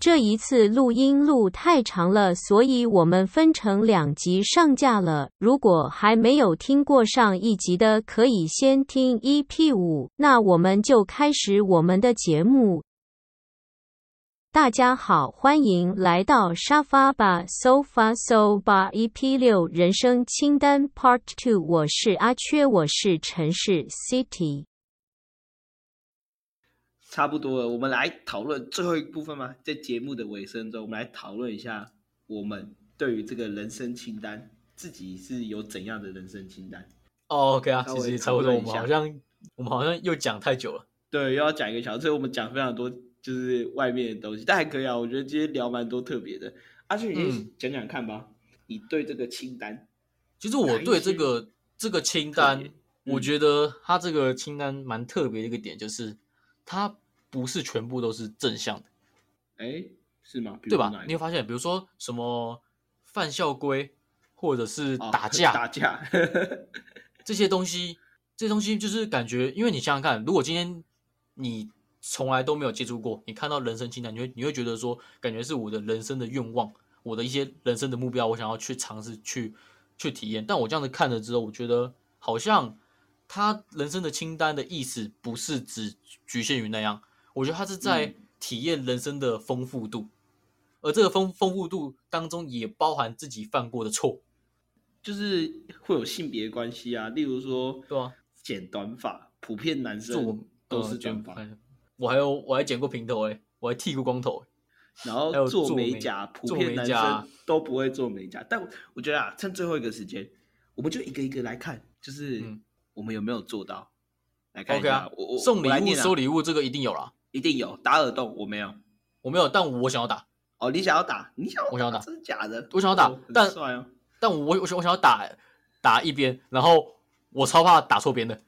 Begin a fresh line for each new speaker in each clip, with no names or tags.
这一次录音录太长了，所以我们分成两集上架了。如果还没有听过上一集的，可以先听 EP 五。那我们就开始我们的节目。大家好，欢迎来到沙发吧 Sofa Soba EP 六人生清单 Part Two。我是阿缺，我是城市 City。
差不多了，我们来讨论最后一部分吗？在节目的尾声中，我们来讨论一下我们对于这个人生清单，自己是有怎样的人生清单？
哦，OK 啊，
稍
其
微
实差
讨
不多，
论
我
一
们
下
好像我们好像又讲太久了。
对，又要讲一个小时，所以我们讲非常多就是外面的东西，但还可以啊。我觉得今天聊蛮多特别的。阿俊，你
嗯
讲讲看吧，你对这个清单，
其实我
哪一
对这
些
个这个清
特
单
别，嗯
我觉得它这个清单蛮特别的一个点，就是它不是全部都是正向的，
哎，是吗？比如
对吧
说哪？一
你会
个
发现，比如说什么犯校规，或者是
哦
打架、
打架，
这些东西，这些东西就是感觉，因为你想想看，如果今天你从来都没有接触过，你看到人生清单，你会你会觉得说，感觉是我的人生的愿望，我的一些人生的目标，我想要去尝试去去体验。但我这样子看了之后，我觉得好像他人生的清单的意思不是只局限于那样，我觉得他是在
嗯
体验人生的丰富度，而这个丰丰富度当中也包含自己犯过的错，
就是会有性别关系啊，例如说
对啊，呃
剪短发，普遍男
就我
生都是
卷
短发，
我还有我还剪过平头哎、我还剃过光头、欸，
然
还有
后
做
美
美
甲，普
做
遍
美
男
甲
生都不会做美甲。但我我觉得啊，趁最后一个时间，我们就一个一个来看，就是
嗯
我们有没有做到。来看一
OK 啊
下，我我啊
送礼物、收
礼
礼物这个一定有啦。
一定有打耳洞，我没有。
我没有，但我想要打，
哦，你想要打？你想要
我想要打
真的假的？
我想要打
哦很
但
帅哦。
但我我我想我想要打打一边，然后我超怕打错 边的，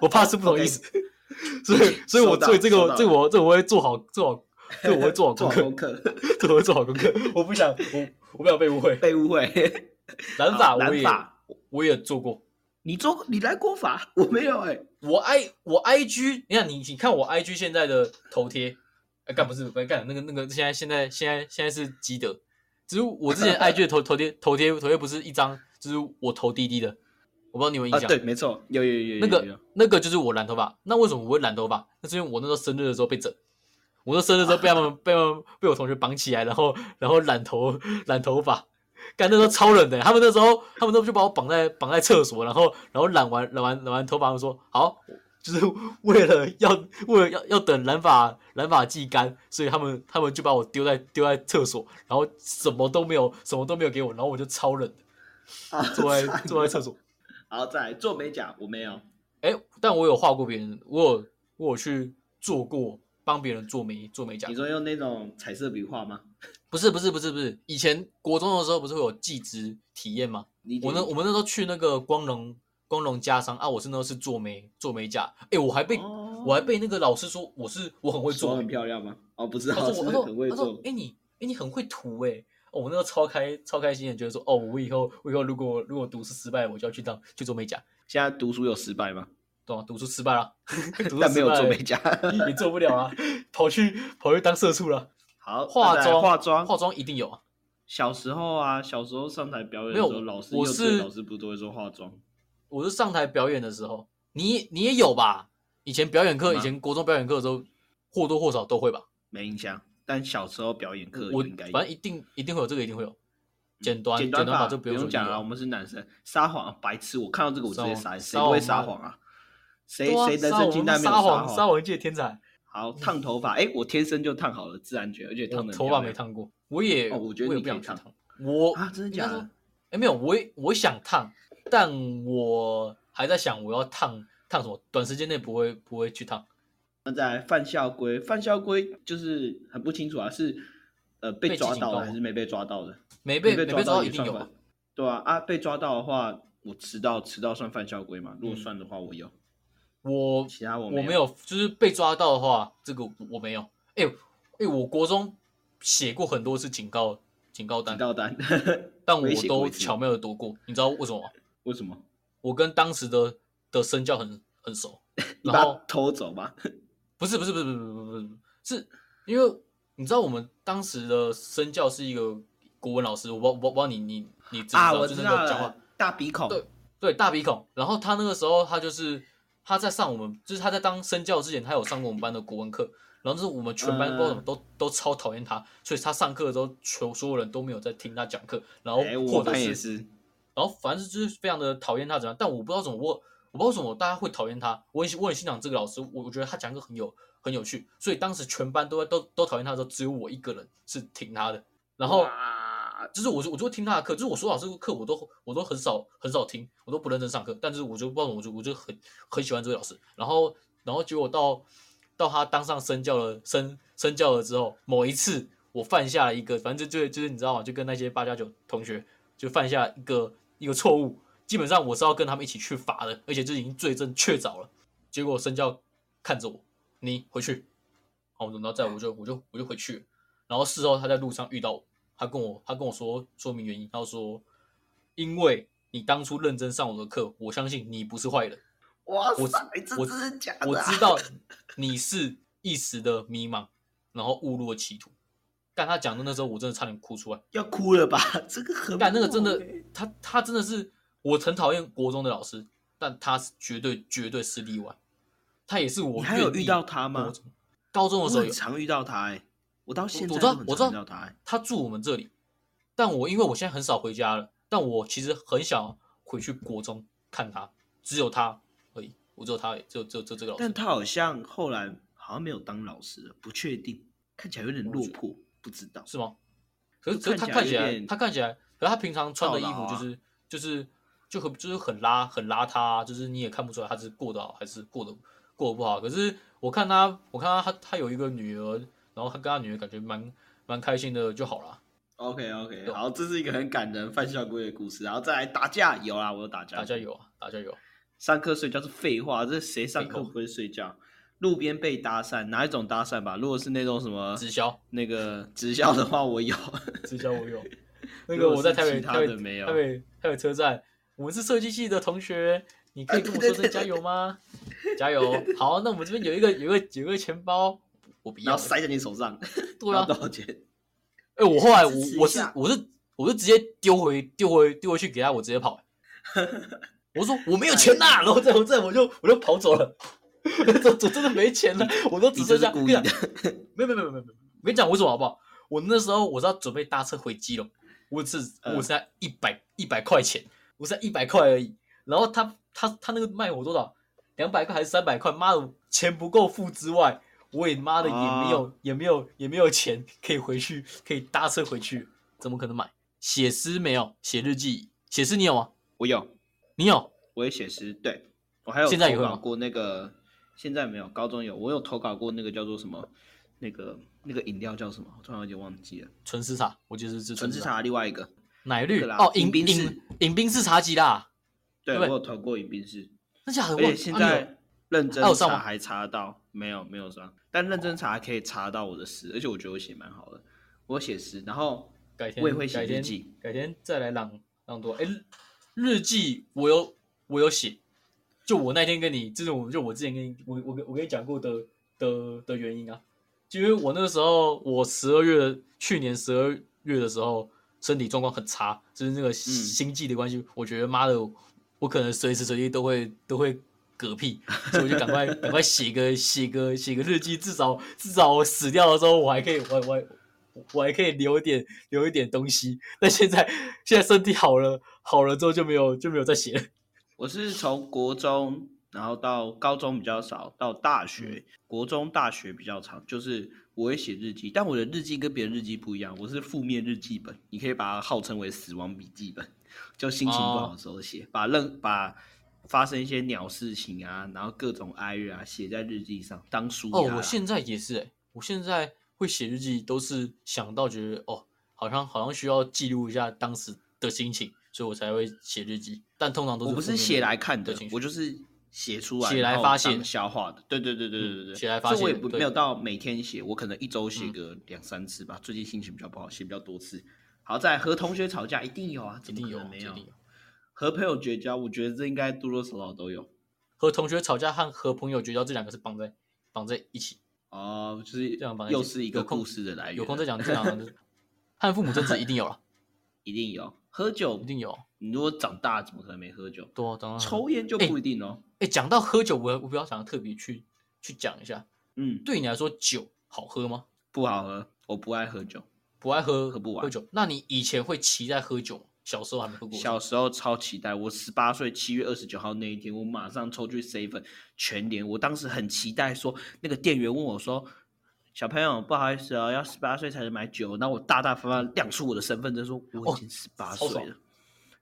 我怕是不同意思， 所以所以我
收到
对这
收
个
到
这个我这个我会做好做好，这个我会做好 功
做好
课
功，课，
这个我会做好功 课，我不想我我不想被误会。
被误会。
染发
好
我
染
也
发
我也做过，
你做你来过法，我没有哎、
我 i 我 i g，你看你你看我 i g 现在的头贴，呃，干不是不是干那个那个现在现在现在现在是基德，只是我之前 i g 的头头贴头贴头贴不是一张，就是我头滴滴的，我不知道你有没有
啊，
印象。
对，没错，有有有有有
那
有
个那个就是我染头发，那为什么我会染头发？那是因为我那时候生日的时候被整，我那生日的时候被他们被他们被我同学绑起来，然后然后染头染头发，干那时候超冷的，欸他们那时候他们都就把我绑在绑在厕所，然后然后染完染完染完头发，他们说好，就是为了要为了要要等染发染发剂干，所以他们他们就把我丢在丢在厕所，然后什么都没有什么都没有给我，然后我就超冷的
啊，
坐 在
惨了
坐在厕所。
好，再来做美甲，我没有。
哎，但我有画过别人，我有我有去做过帮别人做美做美甲
你。说用那种彩色笔画吗？
不是不是不是不是，以前国中的时候不是会有技职体验吗？
理解
我那
理解
我们那时候去那个光荣光荣家商啊，我是那时候是做美做美甲，哎，我还被、
哦
我还被那个老师说我是我很会
手
做
很
欸，
漂亮吗？哦，不是，
他
哦
说
是
我他说
很会
他说
做。
哎你哎你很会涂哎、哦我那时候超开超开心的，觉得说哦我以后我以后如果如果读书失败，我就要去当去做美甲，
现在读书有失败吗？
懂吗？读书失败了， 读书
但没有
失败
做
了
美甲。
也做不了啊，跑去跑去当社畜了。
好，
化
那再来
妆
化妆，
化妆一定有啊，
小时候啊，小时候上台表演的时
没
候，
有
老师
我
幼稚园
是
老师不都会说化妆？
我是上台表演的时候，你你也有吧？以前表演课，
有吗
以前国中表演课的时候，或多或少都会吧。
没印象，但小时候表演课
我
应该有
反正一定一定会有这个，一定会有。剪短
简
短
嗯短
发
就
就
不
用说一定
讲了，
有
我们是男生，撒谎白痴！我看到这个我直接
撒
傻，
谎啊
谁不会撒谎啊？谁谁人生清单没有
撒谎？撒
谎？
谎界天才，
好，烫头发，哎，我天生就烫好了，自然卷，而且烫
我
的
头发没烫过，我也
哦我觉得
也
你
不
可以
想去
烫
烫。我
啊，真的假的？？
哎，没有，我也我想烫，但我还在想我要烫烫什么，短时间内不会不会去烫。
那再来犯校规，犯校规就是很不清楚啊，是呃被
被
抓
记警
到
告
了还
吗
是没被抓到的？
没被
没
没
抓
抓到
也
一定
算
有
吧
吧？？
对啊，啊被抓到的话，我迟到迟到算犯校规吗？如果
嗯
算的话，我有，
我
其他我
我没
没。
有，就是被抓到的话，这个我没有。哎、哎，我国中写过很多次警告警告单
警，告单，
但
我也
我
写过
都
一次
巧妙的躲过。你知道为什么吗？
为什么？
我跟当时的的身教很 很熟，
你
然
把
后
它偷走吗？
不是不是不是不是不是不是，是因为你知道我们当时的身教是一个国文老师，我不我不我不知道你你你知不知道，
啊，我
就
知
是那
道
个讲话
了，大鼻孔，
对对大鼻孔。然后他那个时候他就是他在上我们，就是他在当身教之前，他有上过我们班的国文课。然后就是我们全班
嗯
不知道怎么都都超讨厌他，所以他上课的时候，所所有人都没有在听他讲课，然后
哎、
或
我
者
班也
是
是，
然后反正就是非常的讨厌他怎样，但我不知道怎么我我不知道为什么大家会讨厌他，我很我很欣赏这个老师，我我觉得他讲课很有很有趣，所以当时全班都都都讨厌他的时候，只有我一个人是挺他的，然后
哇
啊就是我就我就会听他的课，就是我说老师的课我都我都很少很少听，我都不认真上课，但是我就不知道怎么我就我就很很喜欢这位老师，然后然后结果到到他当上身教了身身教了之后，某一次我犯下了一个，反正就就就是你知道吗？就跟那些八加九同学就犯下一个一个错误，基本上我是要跟他们一起去罚的，而且这已经罪证确凿了。结果身教看着我，你回去，好，然后再我就我就我就回去了。然后事后他在路上遇到我，他跟我他跟我说说明原因，他说因为你当初认真上我的课，我相信你不是坏人。
哇
我
塞，这
我
真是假的、啊
我知道你是一时的迷茫，然后误入了歧途。但他讲的那时候，我真的差点哭出来。
要哭了吧？ 这个很
但那个真的
猛欸，
他他真的是，我很讨厌国中的老师，但他是绝对绝对是例外。他也是我
你还有
愿意
遇到他吗
国中？高中
我
的时候
很
有，
常遇到他哎、我到现在
我知
都
道
很
我知
常
道
遇到他、欸。
他住我们这里，但我因为我现在很少回家了，但我其实很想回去国中看他，只有他而已，我只有他而已，只有只有只有这个老
但
师。
他好像后来好像没有当老师了，不确定，看起来有点落魄，不知道。
是吗？可是
就
可是他看
看起
起
来有
来
点
他看起来，可是他平常穿的衣
操劳啊
服就是、就是就很就是很邋很邋遢、啊，就是你也看不出来他是过得好还是过得过得不好。可是我看他，我看他他他有一个女儿，然后他跟他女儿感觉蛮蛮开心的就好了。
OK OK，
有
好，这是一个很感人范孝规的故事，然后再来打架，有啦，我有打架，
打架有啊，打架有啊，
上课睡觉是废话，这谁上课
废话
不会睡觉？路边被搭讪，哪一种搭讪吧？如果是那种什么
直销
那个直销的话，我有。
直销 我有。那
如
个
果
我在
是
台
其
北
他
台北
的没有
台北台北车站，我们是设计系的同学，你可以跟我说声加油吗？加油！好，那我们这边有一个有一个有一个钱包，我不
然
要
后。塞在你手上，
对
然
啊
后，多少钱？
哎、我后来我
支持一
我是
下
我是我是直接丢回丢回丢回去给他，我直接跑、我说我没有钱呐、然后再我再我就我就跑走了，我真的没钱了，我都只
你这
剩下
是故意的，
没有没有没有没有没有，我跟你讲为什么好不好？我那时候我是要准备搭车回基隆，我只
嗯
我剩下一百一百块钱，我剩下一百块而已。然后他他他那个卖我多少？两百块还是三百块？妈的，钱不够付之外，我也妈的也没
啊
有、也没有也没有钱可以回去可以搭车回去，怎么可能买？写诗没有，写日记，写诗你有吗？
我有，
你有？
我也写诗，对我还有
现在也
投
会
稿
吗
过那个，现在没有，高中有，我有投稿过那个叫做什么，那个那个饮料叫什么，我突然有点忘记了，
纯喫茶，我记得是
纯
喫
喫，茶另外一个，
奶
那
绿
个啦
哦，
饮
饮
冰室
饮饮冰室茶几啦，
对我
对不对
有投过饮冰室，
那假
而
的我
且现在认真
哦啊有上
查
吗
还查得到，没有没有上，但认真查还可以查得到我的诗，而且我觉得我写蛮好的，我写诗，然后
改天
我也会写
改
日
天
记，
改天再来朗朗读。哎、日日记我有我有写，就我那天跟你，就是我就我之前跟你我我跟我跟你讲过的的的原因啊，就因为我那个时候我十二月去年十二月的时候身体状况很差，就是那个心悸的关系，我觉得妈的，我可能随时随地都会都会嗝屁，所以我就赶快赶快写个写个写个日记，至少至少我死掉的时候我还可以我我我还可以留一点留一点东西。但现在现在身体好了好了之后就没有就没有再写了。
我是从国中，然后到高中比较少，到大学，
嗯
国中、大学比较长，就是我会写日记，但我的日记跟别人日记不一样，我是负面日记本，你可以把它号称为死亡笔记本，就心情不好的时候
哦
写，把任把发生一些鸟事情啊，然后各种哀乐啊，写在日记上当书啊
哦，我现在也是哎、我现在会写日记都是想到觉得哦，好像好像需要记录一下当时的心情，所以我才会写日记。但通常都是
我不
负
是
面
写
的
来看的
情，绪
我就是写出来，
写来
然后
发泄
当消化的。对对对对对对对，
嗯写来发泄
所以我也不
对嗯
没有到每天写，我可能一周写个两三次吧。最近心情比较不好，写比较多次。好在和同学吵架一定有啊，
一
怎么
定
可
有
能
啊，
没
一
有
定？有。
和朋友绝交，我觉得这应该多多少少都有。
和同学吵架和和朋友绝交这两个是绑在绑在一起。
哦，就是
这样吧
又是一个
有空
故事的来源。
有空 再讲这样的。和父母争执一定有了，
一定有喝酒
一，定有。
你如果长大怎么可能没喝酒？
对啊，当然。
抽烟就
哎
不一定哦。
哎，讲到喝酒，我我比较想要特别去去讲一下，
嗯，
对你来说酒好喝吗？
不好喝，我不爱喝酒。
不爱喝
喝不完
喝酒，那你以前会期待喝酒吗？小时候还没喝过酒。
小时候超期待，我十八岁七月二十九号那一天，我马上抽去 seven 全年。我当时很期待说，那个店员问我说：“小朋友，不好意思哦，要十八岁才能买酒。”那我大大方方亮出我的身份证，说我
哦
已经十八
超
岁
爽
了。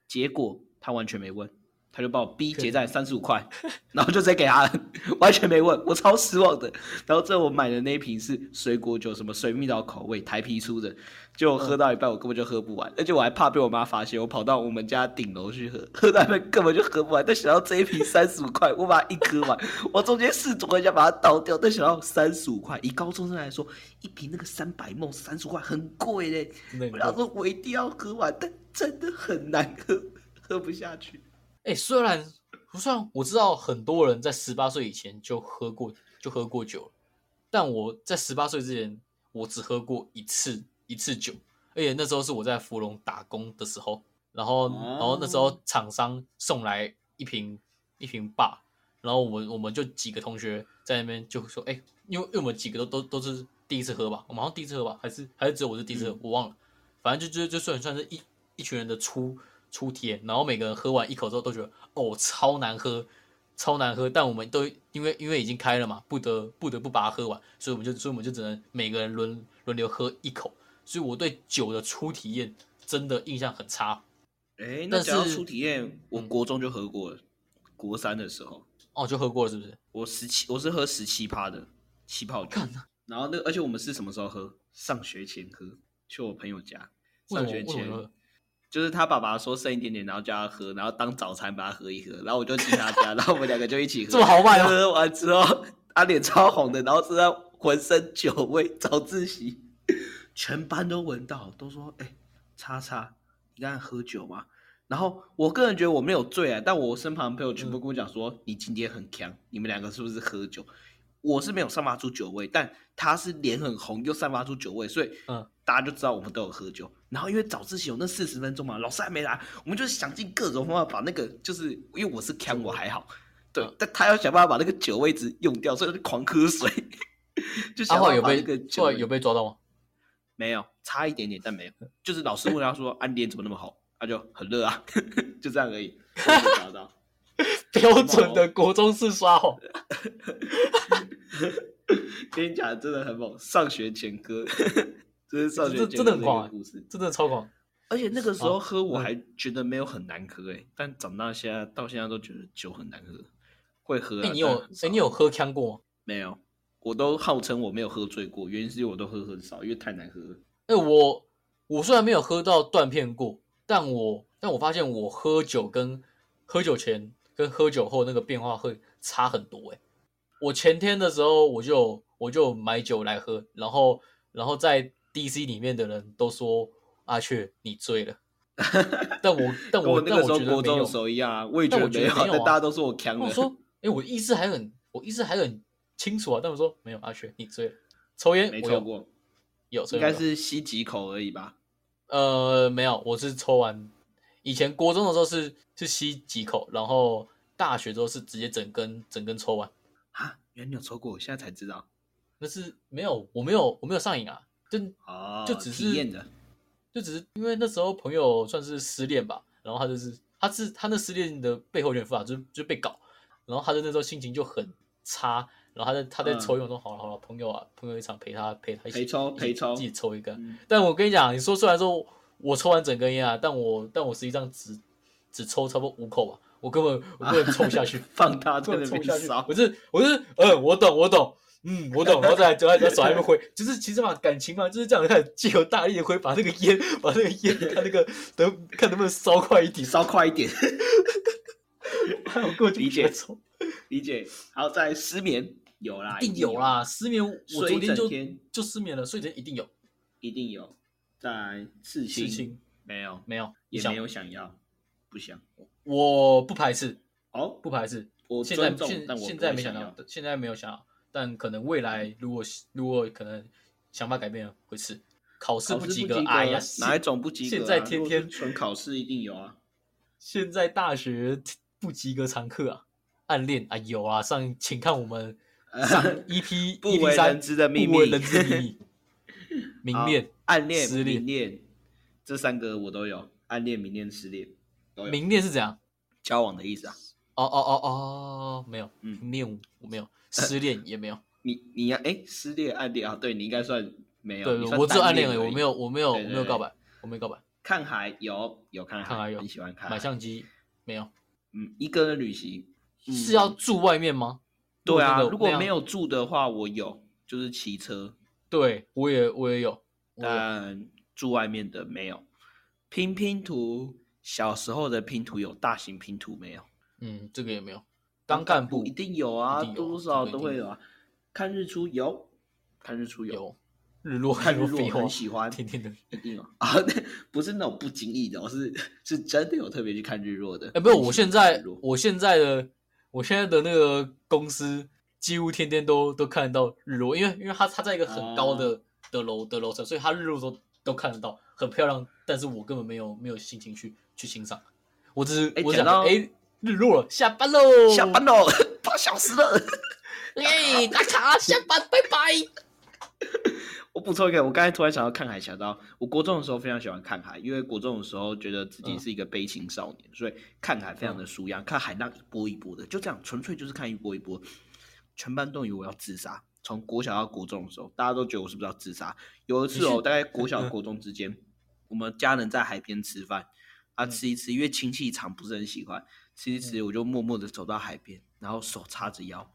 结果他完全没问，他就把我逼
对
结账三十五块， 然后就直接给他了，完全没问，我超失望的。然后这我买的那一瓶是水果酒，什么水蜜桃口味，台啤出的，就喝
嗯
到一半我根本就喝不完，而且我还怕被我妈发现，我跑到我们家顶楼去喝，喝到一半根本就喝不完。但想到这一瓶三十五块，我把它一喝完，我中间试图一下把它倒掉，但想到三十五块，以高中生来说，一瓶那个三百梦三十块很贵嘞，
真的 很
我
贵
想说我一定要喝完，但真的很难喝，喝不下去。
哎、虽然虽然我知道很多人在十八岁以前就喝过就喝过酒了，但我在十八岁之前，我只喝过一次一次酒，而且那时候是我在芙蓉打工的时候，然后然后那时候厂商送来一瓶一瓶霸，然后我们我们就几个同学在那边就说，哎、因为因为我们几个都都都是第一次喝吧，我们好像第一次喝吧，还是还是只有我是第一次喝，
嗯
我忘了，反正就就就算算是一一群人的初初体验，然后每个人喝完一口之后都觉得哦超难喝，超难喝，但我们都因为因为已经开了嘛，不得不得不把它喝完，所以我们就所以我们就只能每个人轮轮流喝一口，所以我对酒的初体验真的印象很差
哎，那
但
讲到
是
初体验，我
嗯
国中就喝过了，国三的时候。
哦，就喝过了是不是？
我十七，我是喝十七趴的气泡酒
干。
然后那个，而且我们是什么时候喝？上学前喝，去我朋友家。
为什
上
么
学
为什
前
么喝
就是他爸爸说剩一点点，然后叫他喝，然后当早餐把它喝一喝。然后我就去他 家，然后我们两个就一起喝。
这么豪迈啊？
喝完之后，他脸超红的，然后身上浑身酒味，早自习，全班都闻到，都说：“哎、叉叉，你刚才喝酒吗？”然后我个人觉得我没有醉啊，但我身旁的朋友全部跟我讲说：“你今天很强，你们两个是不是喝酒？”我是没有散发出酒味，但他是脸很红又散发出酒味，所以
嗯
大家就知道我们都有喝酒。然后因为早自习有那四十分钟嘛，老师还没来，我们就想尽各种方法把那个，就是因为我是强，我还好，对
嗯，
但他要想办法把那个酒味值用掉，所以他就狂喝水，就
阿
想
浩
办
有
法把那
被
个酒
啊后来
味
有嗯被抓到吗？
没有差一点点，但没有，就是老师问他 说：“啊，你脸怎么那么红？”他就很热啊， 就这样而已， 没有找到。
标准的国中式刷哦红，
跟你讲，真的很猛，上学前科， 这是上学
这
前
真的
科
很
一
狂
个
欸
故事。
真的超狂。
而且那个时候
好
喝我还觉得没有很难喝哎、但长大现在到现在都觉得酒很难喝，会喝、啊。
哎、你有
但
哎
很、少
你有喝呛过吗？
没有？我都号称我没有喝醉过，原因是因为我都喝很少，因为太难喝了。
哎、我我虽然没有喝到断片过，但我但我发现我喝酒跟喝酒前跟喝酒后那个变化会差很多、欸。哎，我前天的时候我就我就买酒来喝，然后然后在 DC 里面的人都说阿雀你醉 了，但我但
跟
我
我那个
但
时候
我觉得
国
没
中
有
的时候一样啊，我也觉
但
得
我觉
没
得
有啊，
没有
但
啊
大家都说我强
那我
了。
说，哎、我意识还很我意识还很清楚啊，但我说没有阿雀你醉了，抽烟
没
我
抽
有
过，
有抽
应
烟我
该
有
是吸几口而已吧。
呃，没有，我是抽完。以前国中的时候是是吸几口，然后大学之后是直接整根整根抽完。
啊，原来你有抽过，我现在才知道。
那是没有，我没有，我没有上瘾啊，就
哦，
就只是
体验的。
就只是因为那时候朋友算是失恋吧，然后他就是他是他那失恋的背后有点复杂，就是就被搞，然后他就那时候心情就很差，然后他在他在
嗯
抽烟，我说好了好了，朋友啊，朋友一场陪他陪他一起
陪抽
一起
陪抽
自己抽一根，
嗯
但我跟你讲，你说虽然说我抽完整根烟啊，但我但我实际上只只抽差不多五口吧，我根本我根本抽不下去，
放大在
根本
那
抽不
边
下去
烧，
我是我是嗯，我懂我懂。嗯，我懂，然后再来，再来，再手还没挥，就是其实嘛，感情嘛，就是这样，看借由大力的挥，把那个烟，把那个烟，看那个能看能不能烧快一点，
烧快一点，
还有过去
理解
抽，
理解。好，再来失眠有啦，
一定有，啦，失眠，我
睡
昨
一整
天就
天
就失眠了，所以这一定有
一定有。再来刺青，
事情
没有，
没有，你
也
想
没有想要，不想。
我不排斥，
哦，
不排斥，
我
现在
尊重
现
但我
现
不
在
会
没
想
想到
要，
现在没有想到，但可能未来如果如果可能想法改变了，会是考试
考
不
试哦不
及
格，
哎呀，
哪一
现
种不及格啊、
现在天天
如果是纯考试一定有啊。
现在大学不及格常客啊，暗恋啊有啊，上请看我们 上 EP
不为
EP 三
人知的秘密
不为人知 的秘密，明
好
恋、
暗恋、
失恋
明恋，这三个我都有，暗恋、明恋、失恋都有。
明恋是怎样？
交往的意思啊？
哦哦哦哦，没有，
嗯
明恋我没有， 失恋也没有，
你你要哎，失恋、暗恋啊？对你应该算没有，
对
你算
我只有
单
暗恋
而
而已，
已，
我没有，。我没有，我
对对
没有告
对
白，我没有告白，
看海有有看海，
看海有
很喜欢看海
买相机没有，
嗯，一个人旅行嗯
是要住外面吗？
对啊。
那个
如果
那样
没有住的话，我有，就是骑车，
对我也我也有，我
呃
也有
但住外面的没有。拼拼图，小时候的拼图有，大型拼图没有。
嗯，这个也没有，当干部
一定有啊，
一定有
多多少少
这个一定
都会有啊。看日出有，看日出有，
有日 落，
看日落
废话
很喜欢，
天天的。
一定有啊。 那不是那种不经意的、哦，是是真的有特别去看日落的。
哎，不是，
很喜欢
我
看
现在
日落
我现在的我现在的那个公司几乎天天都都看得到日落，因为因为它它在一个很高的、
哦
的楼的楼层，所以它日落都都看得到，很漂亮。但是我根本没有没有心情去去欣赏，我只是
哎
我
讲
想
到
哎日落了，下班喽，
下班喽，啊 八小时了。
哎打卡下班拜拜。
我补充一个，我刚才突然想到看海，想到我国中的时候非常喜欢看海，因为国中的时候觉得自
嗯
己是一个悲情少年，所以看海非常的舒压，看海浪一波一波的，就这样，纯粹就是看一波一波。全班都以为我要自杀，从国小到国中的时候，大家都觉得我是不是要自杀？有一次
你
哦，
是嗯
大概国小国中之间，我们家人在海边吃饭，啊
嗯
吃一吃，因为亲戚常不是很喜欢，吃一吃，我就默默的走到海边，然后手叉着腰，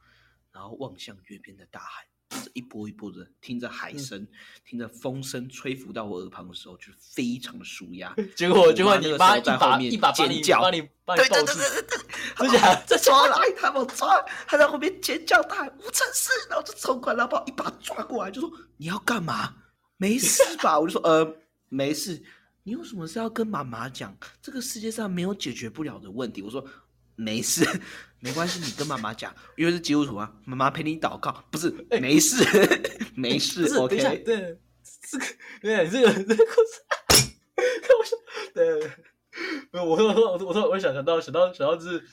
然后望向月边的大海，这一波一波的，听着海声，听着风声吹拂到我耳旁的时候，就非常的舒压。
结果结果
那
你
个时
妈
候
一
在
把
后面
一把把你
尖叫
把你把你
对
抱
对
住
对，对对对，
真假
这抓来，他把我抓来，他在后面尖叫他无城市，然后就冲过来，然后把我一把抓过来，就说你要干嘛？没事吧？ 我就说呃没事，你有什么事要跟妈妈讲？这个世界上没有解决不了的问题。我说没事， 没关系，你跟妈妈讲，因为是基督徒啊，妈妈陪你祷告，不是
哎
没事， 没事
不是，等一下，
，OK。
对，这个，对，这个，这个故事，我想，对，没有，我我我我我我想想到想到想到就是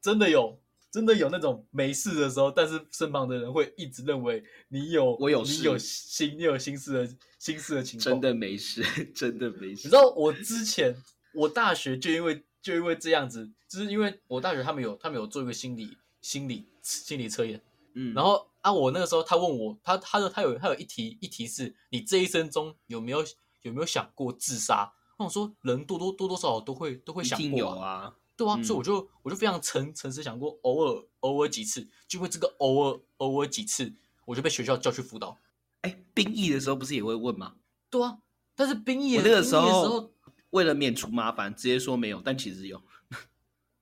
真的有真的有那种没事的时候，但是身旁的人会一直认为你有
我有
你
事
有心你有心事的心事的情况，
真的没事，真的没事。
你知道我之前，我大学就因为就因为这样子，就是因为我大学他们有他们有做一个心理心理心理测验，
嗯，
然后啊，我那个时候他问我，他他的他有他有一题一题是你这一生中有没有有没有想过自杀？那我说人多多多多少少都会都会
一
想
定
过
有，啊，
对啊，
嗯
所以我就我就非常诚诚实想过，偶尔偶尔几次，就因为这个偶尔偶尔几次，我就被学校叫去辅导。
哎，兵役的时候不是也会问吗？
对啊，但是兵役
我
的
那个时
兵役的时
候为了免除麻烦，直接说没有，但其实有。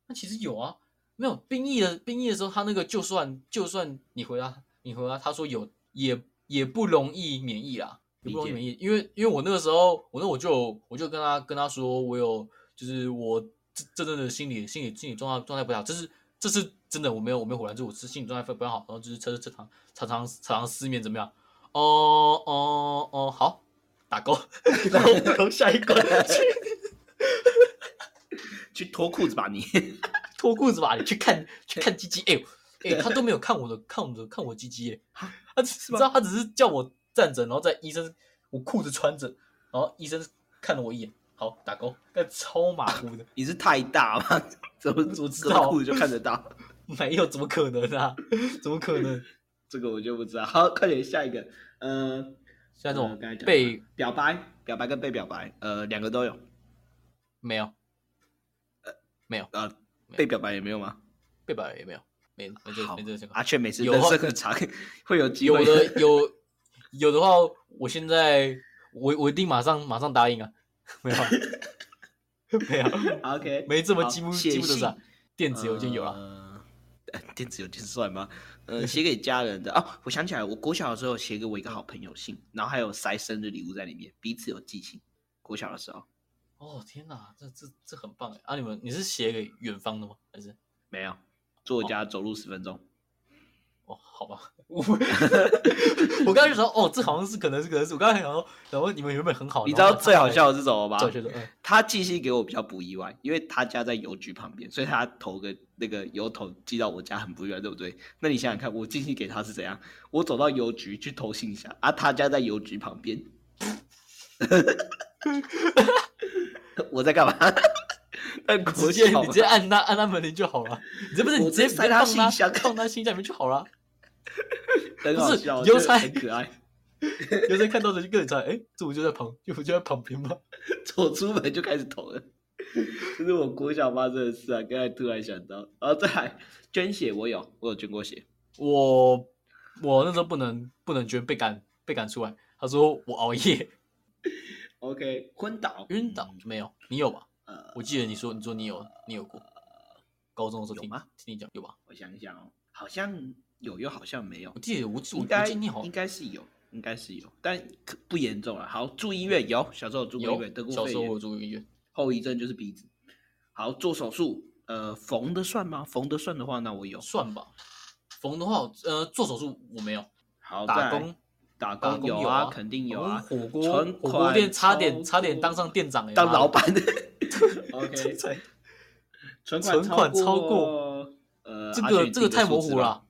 那其实有啊，没有兵役的兵役的时候，他那个就算就算你回答你回答他说有，也也不容易免疫啊，也不容易
理解
免疫，因为因为我那个时候，我那我就有我就跟他跟他说，我有就是我这这阵的心理心理心理状态状态不太好，这是这是真的，我没有我没有胡乱，就是我是心理状态不不太好，然后就是常常常常常常失眠怎么样？哦哦哦，好，打勾， 然后然后下一关去
去脱裤子吧你！
脱裤子吧，你 去看去看鸡鸡，哎、呦，哎、他都没有看我的，看我的，看我鸡鸡，哎，他他只是
吗
知道，他只是叫我站着，然后在医生我裤子穿着，然后医生看了我一眼，好打勾，那超马虎的，
你是太大吗？怎么
我知
隔
道
裤子就看得到？
没有，怎么可能啊？ 怎么可能？
这个我就不知道。好，快点下一个。呃，
像这
呃
种
刚才讲
被
的表白、表白跟被表白，呃，两个都有。
没有没有
呃，
没有
被表白也没有吗？
被摆也没有，没没这
好
没这个情，况
阿，雀每次
有
人
啊
生很长， 会有机
有
会
的有有的话，我现在我我一定马上马上答应啊， 没有啊没有。
好 OK，
没这么
好
几乎
写
几乎都是、啊
信，
电子邮件有嗯啊，
呃呃 电子邮件算吗？呃，写给家人的哦，我想起来，我国小的时候写给我一个好朋友信，然后还有塞生日礼物在里面，彼此有寄信。国小的时候
哦天哪，这这这很棒哎！啊，你们你是写给远方的吗？还是
没有，坐我家走路十分钟。
哦好吧，我我刚才就想说，哦，这好像是可能是可能是我刚才想说，然后你们原本很好，
你知
哦然后
道最好笑的是什么吗？
对，就是嗯
他寄信给我比较不意外，因为他家在邮局旁边，所以他投个那个邮筒寄到我家很不意外，对不对？那你想想看，我寄信给他是怎样？我走到邮局去投信箱，啊，他家在邮局旁边， 我在干嘛？但国
直接
小
你直接按他按他门铃就好了，你这不是你
我
直接
直接塞他
放
信
他
箱
放他信箱里面就好了，
很好笑，
不是
就
邮差
很可爱。
有时候看到的就跟你猜，哎，这不就在旁，这不就在旁边吗？
走出门就开始投了，这是我国小发生的事啊！刚才突然想到，然后再来捐血，我有，我有捐过血。
我我那时候不能不能捐，被赶被赶出来。他说我熬夜
OK，昏倒，
晕倒，嗯没有，你有吧？
嗯呃，
我记得你说你说你有你有过，高中的时候
有
听
吗
听你讲有吧？
我想一想哦，好像有，又好像没有
我，记得我我我记
应该
得你好
应该是有，应该是有，但可不严重了。好，住医院有，小时候有住过医院，得
有
过
小
肺
时候我有
炎，
住医院，
后遗症就是鼻子。好，做手术，呃，缝的算吗？缝的算的话，那我有。
算吧。缝的话，我呃，做手术我没有，
好，
打
再来
工
打
打
工
工有哦
啊，肯定有啊。
打工火锅
存
火锅
款
店差
超
点差点
过
当上店长哎，
当
妈的
老板。OK，
这
存
款
款
超
超
过
过呃，
这
阿雪
个
你
这
定
个太
数
模
字
糊
吧
了。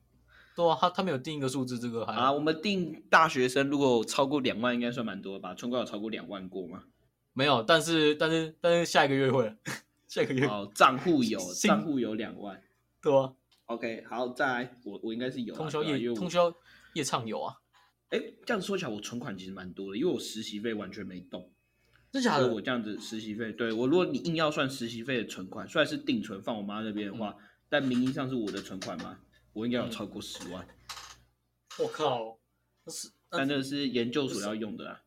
对啊，他他没有定一个数字，这个还
啊！我们定大学生如果超过两万，应该算蛮多的吧？存款有超过两万过吗？
没有，但是但是但是下一个月会了， 下一个月
哦，账户有，
信
账户有两万。
对啊，
OK，好，再来，我我应该是有啦
通宵
对啊因
夜
为
通
我
宵夜唱有啊，
哎，这样说起来，我存款其实蛮多的，因为我实习费完全没动。
真假
所以
的
我？这样子实习费，对我如果你硬要算实习费的存款，虽然是定存放我妈那边的
嗯
话，但名义上是我的存款嘛，我应该有超过十万。
我靠，那是
但那个是研究所要用的啊。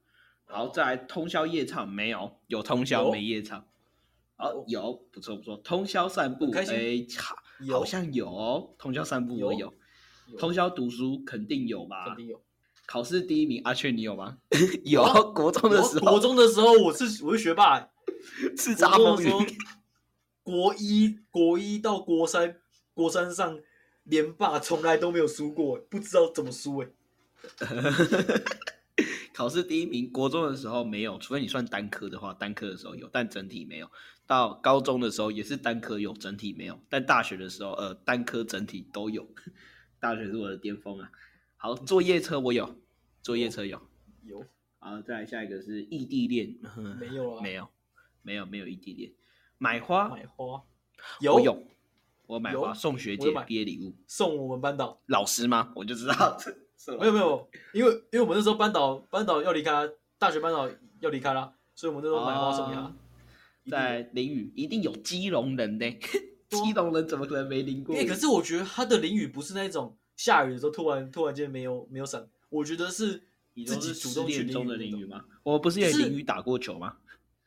好，再来通宵夜唱没有？有通宵
有
没夜唱？
有
好，有不错不错。通宵散步，
很开
哎
心，
好，
有
好像有哦通宵散步，我
有
有。通宵读书肯定有吧
肯？定有。
考试第一名，阿雀你有吗？ 有
啊，
国中的时
国
候
中的时候我是我是学霸欸，
叱咤风
国中的
云
时，候国一国一到国三国三上连霸从来都没有输过欸，不知道怎么输哎。
考试第一名，国中的时候没有，除非你算单科的话，单科的时候有，但整体没有。到高中的时候也是单科有，整体没有。但大学的时候，呃，单科整体都有。 大学是我的巅峰啊！好，坐夜车我有，坐夜车有。
有
好，再来下一个是异地恋，
没有啊
没有，没有，没有异地恋。买花
买花
我
有
哦有，我买
有
花送学
我有
姐
买
毕业礼物，
送我们班导。
老师吗？ 哦我就知道，是
没有没有，因为因为我们那时候班导班导要离开，大学班导要离开啦，所以我们那时候买花送给他
哦。在淋雨，一定有基隆人 呢、
对啊
基隆人怎么可能没淋过
哎、
雨？
欸可是我觉得他的淋雨不是那种下雨的时候突然突然间没有没有伞，我觉得是
你
自
都
己
是
主
失
动去
恋
淋
中
雨
的
那
淋
种
雨吗？我不是也
就是
淋雨打过球吗？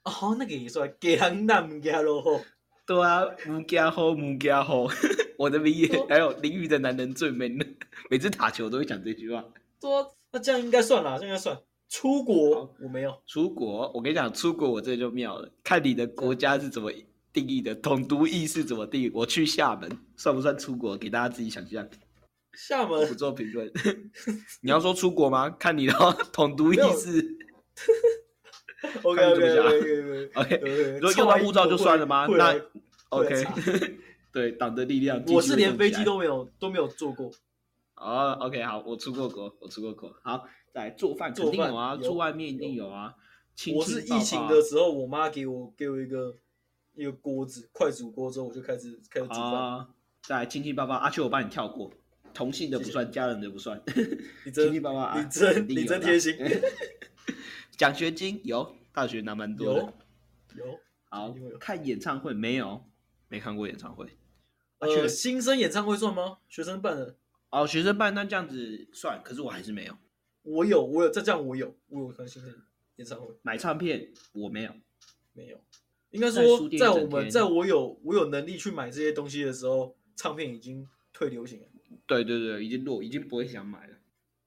哦，那个也算给人难给咯吼。
对啊，无家吼，无家吼， 我的名言，还有淋雨的男人最 man 了。 每次打球都会讲这句话。
对啊，那这样应该算啦，这样应该算。出国
好
我没有，
出国，我跟你讲，出国我这就妙了，看你的国家是怎么定义的，统独意是怎么定义。我去厦门 算不算出国？给大家自己想象，
厦
不
门
做评论。 你要说出国吗？看你的哦统独意 识。看你怎么讲
OK OK OK OK
OK，
OK，
如果用到护照就算了吗？那 OK，
查
对党的力量继续
啊我是连飞
运动起来。
机都没有都没有坐过，
哦，OK，好，我出过国，我出过国。好，再来做饭
做
肯定
饭
有啊，
有
住外面一定有啊。亲
我
亲
是
抱
疫
抱
情
啊
的时候，我妈给我给我一个一个锅子，快煮锅之后，我就开始开始煮饭。
啊，再来亲亲抱抱，阿秋我帮你跳过，同性的不
谢谢
算，家人的不算。
你真
亲亲抱抱啊，
你真
肯定有
你真
的
贴心。
奖学金 有，大学拿蛮多
有
的。
有，
好
有有，
看演唱会没有？没看过演唱会。啊确
呃，
实
新生演唱会算吗？学生办的，
哦，学生办那这样子算，可是我还是没有
我有我有，再这样我有我有看新生演唱会
买唱片，我没有。
没有？应该
在书
说，
店
在
一整
我们
天
在我有我有能力去买这些东西的时候，唱片已经退流行了。
对对对，已经落，已经不会想买了。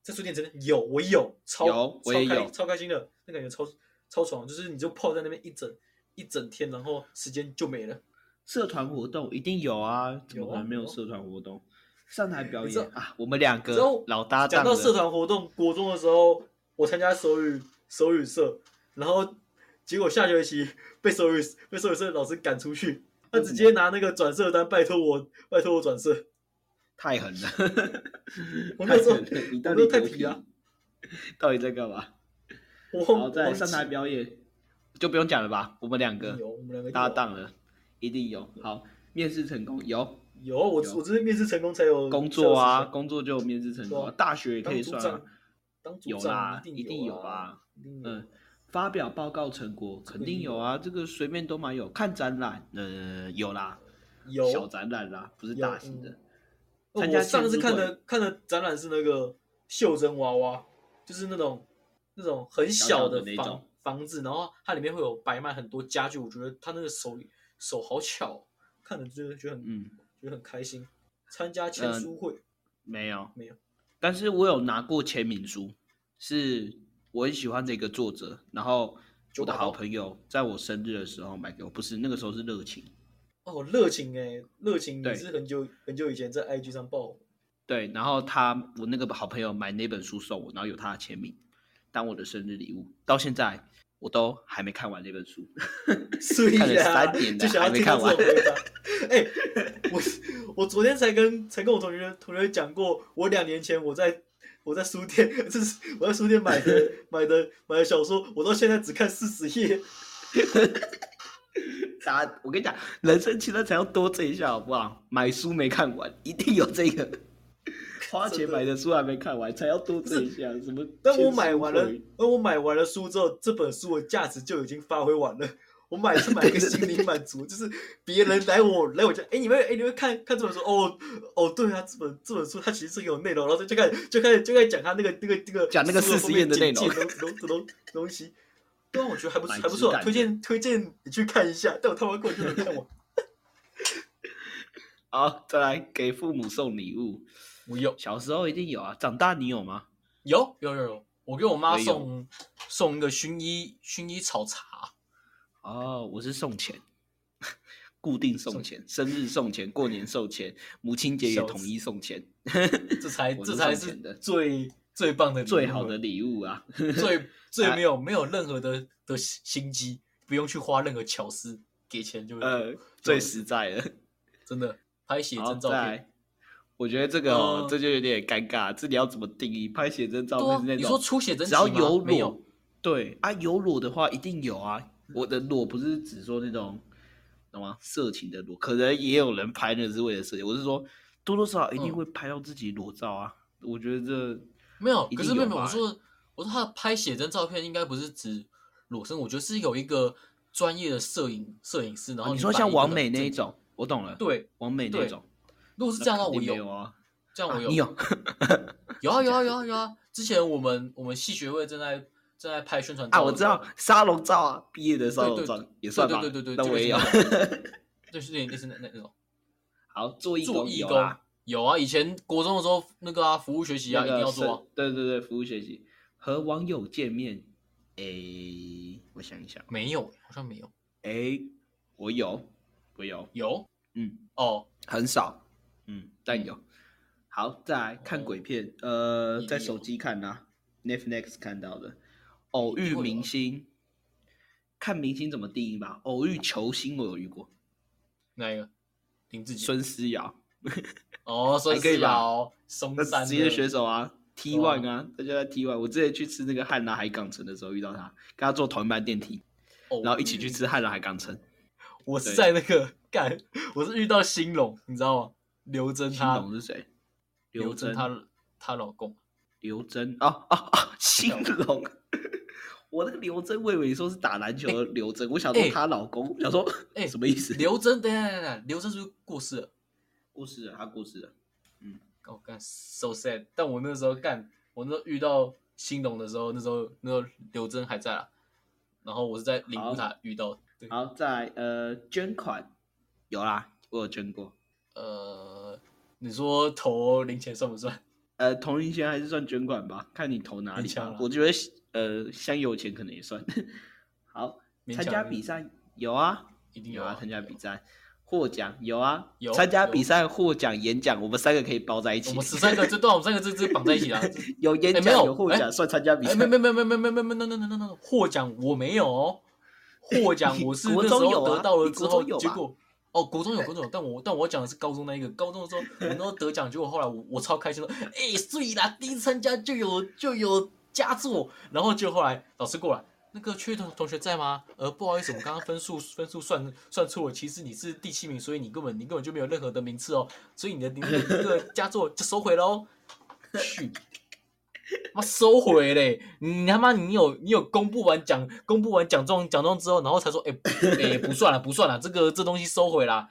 在书店真的有，我有，超
有我也
超开
有
超开心的，那感觉超超爽，就是你就泡在那边一整一整天，然后时间就没了。
社团活动一定有啊，怎么
有啊
可能没有
有啊
社团活动？上台表
你知
演
道
啊，我们两
你知道
个老搭档
讲
了
到社团活动，国中的时候，我参加手语手语社，然后结果下学期被手语被手语社的老师赶出去，他直接拿那个转社单拜托我，拜托我转社。
太狠了，
我
太
那时候
狠了，你到
我那
底
时候太
多
皮啊了，
啊 到底在干嘛？
我
然后
忘
再
我
来上台表演，就不用讲了吧？我们两个
有我啊们两个
搭档了，一定有。好，面试成功有
有有我
有
我这是面试成功才有
工作啊，
才
工作就有面试成功啊，
对啊
大学也可
有
以
事情，
算啊
当组。长当组
有啦
长
一定有
有
啊，
一定有啊
嗯，发表报告成果肯定有啊，这个随便都蛮有。看展览，呃，有啦，
有
小展览啦，不是
有
大型的。
哦
参加
我上
签书
次看
会
的看的展览是那个袖珍娃娃，就是那种那种很
小
小
的
的
那
房
种
房子，然后它里面会有摆满很多家具，我觉得他那个手手好巧哦，看着就觉得很、
嗯，
觉得很开心。参加签
呃
书会，
没有，
没有。
但是我有拿过签名书，是我很喜欢的一个作者，然后我
九
的
把刀
好朋友在我生日的时候买给我，不是那个时候是热情。
哦，热情哎、热情
对
也是很久很久以前在 IG 上爆红，
对，然后他我那个好朋友买那本书送我，然后有他的签名，当我的生日礼物。到现在我都还没看完那本书，
所以
看了
啊
三年了
就想要
还没
听到
看完
这种回答。哎、我 我昨天才跟才跟我同学同学讲过，我两年前我在我在书店， 这是我在书店 买的买的买的小说，我到现在只看四十页。
大我跟你讲，人生其乐才要多这一下，好不好？买书没看完，一定有这个。 花钱买的书还没看完，才要多这一下。什么？
但我买完了
签书会，
当我买完了书之后，这本书的价值就已经发挥完了。我买 是买一个心灵满足，就是别人来我来我家，哎、你们哎、你们看看这本书哦哦，对啊，这本这本书它其实是有内容，然后就开始就开始就开始讲它那个那个那个
讲那个
书的
40页的内容
封面简介东东东东西。对啊，我觉得还不错，
蛮
还不错
质感，的
推荐推荐你去看一下。但我他妈根本就没看完。
好，再来给父母送礼物。
我有
小时候一定有啊，长大你有吗？
有有有有，我给我
我
妈
也有
送送一个薰衣薰衣草茶，
哦，我是送钱，固定送钱，生日送钱，过年送钱，母亲节也
笑死
统一送钱，
这才
我
这
是
才
送
是
钱的
最最棒的礼物
最好的礼物啊！
最最没有没有任何的的心机，不用去花任何巧思，给钱就
呃，最实在了。
真的拍写
好，
真照
再
片。
来，我觉得这个哦，
呃
这就有点尴尬，这你要怎么定义？拍写真照
对
片
啊
是那种，
你说出写真
只要
集吗
有
没
裸
有，
对啊，有裸的话一定有啊。我的裸不是只说那种，懂吗？色情的裸，可能也有人拍那是为了色情。我是说，多多少少一定
嗯
会拍到自己裸照啊。我觉得这
没有，
一
可
定
是没有
有
没有，我
吧
说我说他的拍写真照片应该不是指裸身，我觉得是有一个专业的摄影摄影师，然
啊
后
你说
把
像
一个
王
人
美那一
整
种，我懂了，，
对，
王美那
对
种，
如果是
那
这样的话，
肯
我
定没
有，
啊，
这样
啊
我
你有，
有啊有啊有啊有啊！之前我们我们系学会正在正在拍宣传
啊，
照
我
的
知
时候
道沙龙照啊，毕业的沙
对
龙
对
照
对
也
对
算
对
吧，
对对对，
那
就
我
是
也有
那。种，就是那那是那那那种
好，做义
做
工
义
有
工
啦，
有啊，以前国中的时候那个啊服务学习啊
那
一定
个
要做啊
是，对对对，服务学习和网友见面，诶，我想一想，
没有好像没有
诶，我有，我有，
有
嗯，
哦
很少，嗯，但有。好，再来看
哦
鬼片，呃，
也
在
有
手机看啦、Netflix 看到的，偶
一
遇
定会有
明
啊
星，看明星怎么定义吧。偶遇球星我有遇过，
那一个林志杰
孙思瑶，
哦孙
还可以
思
吧
瑶松
那
山
职业选
的
手啊，T
对啊
One 啊，他就在 T One。我之前去吃那个汉拿海港城的时候遇到他，跟他坐同一班电梯，
偶遇
然后一起去吃汉拿海港城。
我是
对
在那个干 我是遇到兴隆你知道吗？刘真
兴
她
隆是谁？
刘
真
真，她她老公
刘真啊啊啊！兴隆， 我那个刘真，我以为你说是打篮球的刘真，我想说
哎
她老公，我想说
哎
什么意思？
刘真等一下等一下等一下刘真是不是过世了？
故事啊，他故事啊，
我干、so，Oh sad。但我那时候干，我那时候遇到兴隆的时候，那时候那时候刘真还在啊，然后我是在灵
好
谷塔遇到。对，
好，再来呃，捐款有啦，我有捐过。
呃，你说投零钱算不算？
呃，投零钱还是算捐款吧，看你投哪里
勉强
吧
啦。
我觉得呃，香油钱可能也算。好，
勉
参
强
加比赛有啊，
一定
有
啊，
参加
一定
比赛。获奖有啊，
有
参加
有
比赛、获奖、演讲，我们三个可以包在一
我
起
们。十三个，这对啊，我们三个这这绑在一起了。哎，
有演
没
讲、
有
获奖，
哎
算参加比赛。
没没没没没没没没没没没没，获奖我没有 哦，获奖我是
国
那时
中
候
有啊
得到了
你
之
国
后，
中有
结
吧
果哦，国中有国中有，但我但我讲的是高中那一个，高中的时候我们都得奖，结果后来我我超开心的，哎，睡啦，第一次参加就有就有佳作，然后就后来老师过来。那个缺同同学在吗？呃，不好意思，我刚刚分数分数算算错了，其实你是第七名，所以你根本你根本就没有任何的名次哦，所以你的你的那个佳作就收回喽。去，妈收回嘞！你他妈你有你有公布完奖公布完奖状奖状之后，然后才说哎哎、欸不算了不算了，这个这东西收回啦，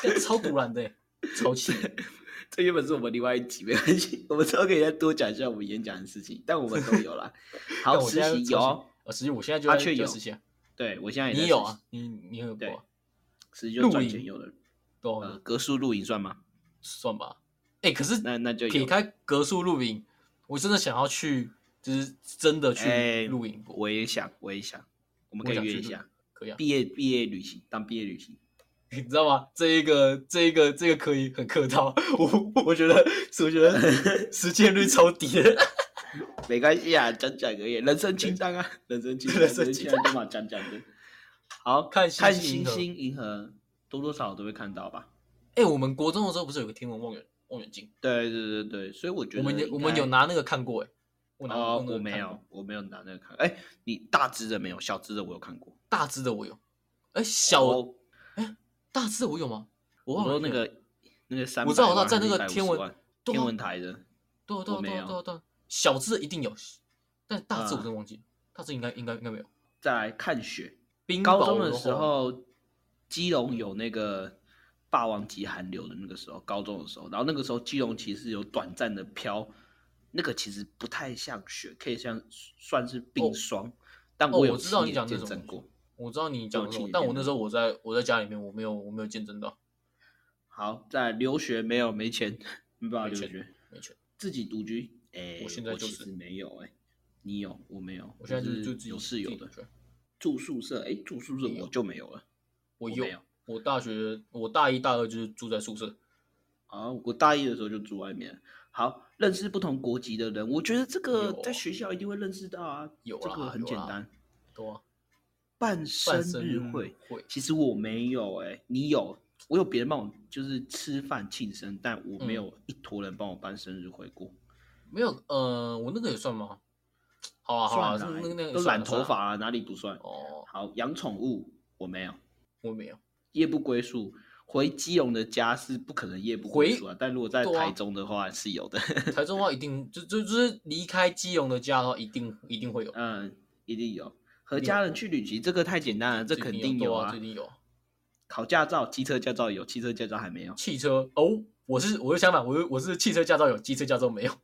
这超突然的、欸超气！
这原本是我们另外一集，没关系， 我们之后可以再多讲一下我们演讲的事情，但我们都有 啦。 好，
但我
实
现在
习
超
有，哦
呃，实际我现在就
他
在
却
就
有
实习啊，
对我现在也在
你有
实习
啊？？你你有过
对
啊？
实习就
录
赚
影
钱用的，
对啊
呃，格数录影算吗？
算吧。哎、可是
那那就
撇
有。
开格数露营，我真的想要去，就是真的
哎
去露营过，
我也想，我也想，我们可以
我想
约
去
一
露
下
可以啊。
毕业毕业旅行，当毕业旅行。
你知道吗？这一个，这一个，这个可以很客套， 我我觉得，我 觉得实践率超低的。
没关系啊，讲讲而已，人生清单啊，人生清单，
人
人
生
生
清
清单都嘛讲讲的。好
看
看星
星星银河
星银河，多多少少都会看到吧？
哎、我们国中的时候不是有个天文望远望远镜？
对对对对，所以我觉得
我们有
应
我们有
该
拿那个看过哎、我拿
哦，
那
我
个
没
看
有
过，
我没有拿那个看。哎，你大只的没有，小只的我有看过。
大只的我有，哎、小、
哦
大只的我有吗？我
我
忘了
说那个那个三，
我知道我知道在那个天文
文
对啊
天文台的，
对啊对啊
我
对啊
没
对啊
有
对啊，小只的一定有，但大只我
啊
真的忘记了，大只应该应该应该没有。
再来看雪。
冰
高
雹
中
我
的
都
时
忘了，
候，基隆有那个霸王级寒流的那个时候，高中的时候，然后那个时候基隆其实有短暂的飘，那个其实不太像雪，可以像算是冰霜，但
哦
有
我知道
亲
你讲
眼
这
见
种
证
东西
过。
我知道你讲的什
亲
么
眼，
但
见
我那
证
时候我在我在家里面，我没有我没有见证到，
好，再来留学没有没钱，没办法
没
留
钱
学，
没钱。
自己独居。哎、
我现在
其
就是
实没有哎、你有我没有，
我现在就是
是
就自己
有室友
自己
的
住
住宿舍，哎、住宿舍
没有
我就没有了。
我
我
有
没有，
我大学我大一大二就是住在宿舍，
啊，我大一的时候就住外面。好，认识不同国籍的人，我觉得这个
有
在学校一定会认识到啊，
有
这
啦
个很
有
简
啦
单。
对啊，
办
办
生
日
日会，
会，
其实我没有哎、你有？我有别人帮我，就是吃饭庆生，但我没
嗯
有一坨人帮我办生日会过。
没有，呃，我那个也算吗？好啊，好啊，
算
是
啦
那个那个
都
算
染
了
头。
算了
发啊，哪里不算？
哦，
好，养宠物我没有，
我没有。
夜不归宿。回基隆的家是不可能夜不归
回
宿啊，但如果在
对啊
台中的话是有 的。
台中的话一定就就就是离开基隆的家的话，一定一定会有。
嗯，一定有。和
一定
家人去旅行，这个太简单了，这
一
肯
定
定有
有
啊
这一。定有。
考驾照，机车驾照有，汽车驾照还没有。
汽车哦，我是我是相反，我是我是汽车驾照有，机车驾照没有。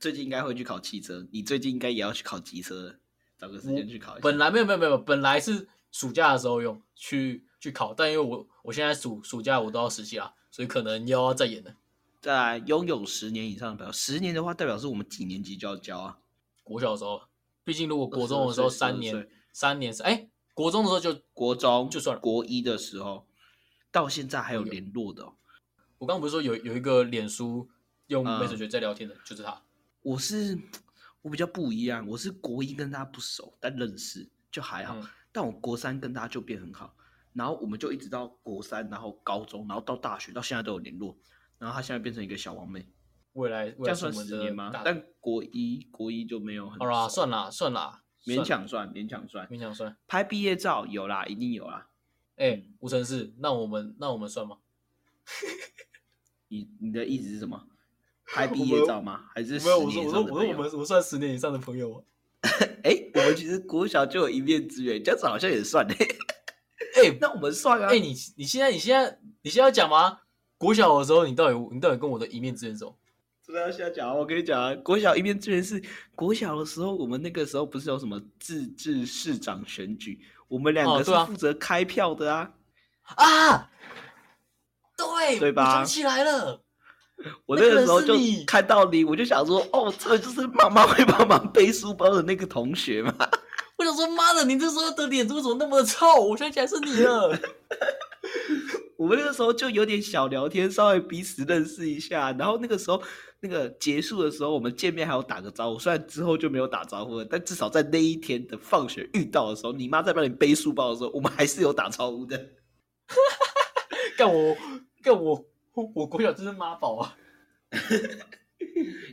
最近应该会去考汽车，你最近应该也要去考机车了，找个时间去考一下。
本来没有没有没有，本来是暑假的时候用去去考，但因为我我现在暑暑假我都要实习啦，所以可能又要再延了。
再来拥有十年以上的朋友，十年的话代表是我们几年级就要交啊？
国小的时候，毕竟如果国中的时候
22岁
三
12
年
岁
三年是哎，国中的时候就
国中
就算了
国一的时候，到现在还有
有
联络的哦、
我刚刚不是说有有一个脸书用
嗯
Messenger 在聊天的，就是他。
我是我比较不一样，我是国一跟他不熟，但认识就还好。
嗯
但我国三跟他就变很好，然后我们就一直到国三，然后高中，然后到大学，到现在都有联络。然后他现在变成一个小王妹，
未来
这
未来
样
是我
算
们
十
的
年吗？
大
但国一国一就没有很
好啦，
熟
算啦算啦，
勉强算勉强算。
勉强算。
拍毕业照有啦，一定有啦。
哎，
嗯
吴成是，那我们那我们算吗？
你你的意思是什么？拍毕
我
业
们
照吗？还是
没有，
十
我说
年以
我说
上的
我说
朋
我
友
们我算十年以上的朋友啊。
哎，我们其实国小就有一面之缘，这样子好像也算哎。
哎
那我们算啊。
哎，你你现在你现在你现在要讲吗？国小的时候，你到底你到底跟我的一面之缘是什么？
真的要瞎讲啊！我跟你讲啊，国小一面之缘是国小的时候，我们那个时候不是有什么自治市长选举，我们两个
哦
是
对啊
负责开票的啊。
啊，对，
对吧
我想起来了，
我
那个
那个时候
是
就
你
看到你，我就想说，哦，这就是妈妈会帮忙背书包的那个同学嘛。
我想说，妈的，你这时候的脸怎么怎么那么臭？我想起来是你了。
我们那个时候就有点小聊天，稍微彼此认识一下。然后那个时候，那个结束的时候，我们见面还有打个招呼。虽然之后就没有打招呼了，但至少在那一天的放学遇到的时候，你妈在帮你背书包的时候，我们还是有打招呼的。
干我，干我，我我国小真是妈宝啊！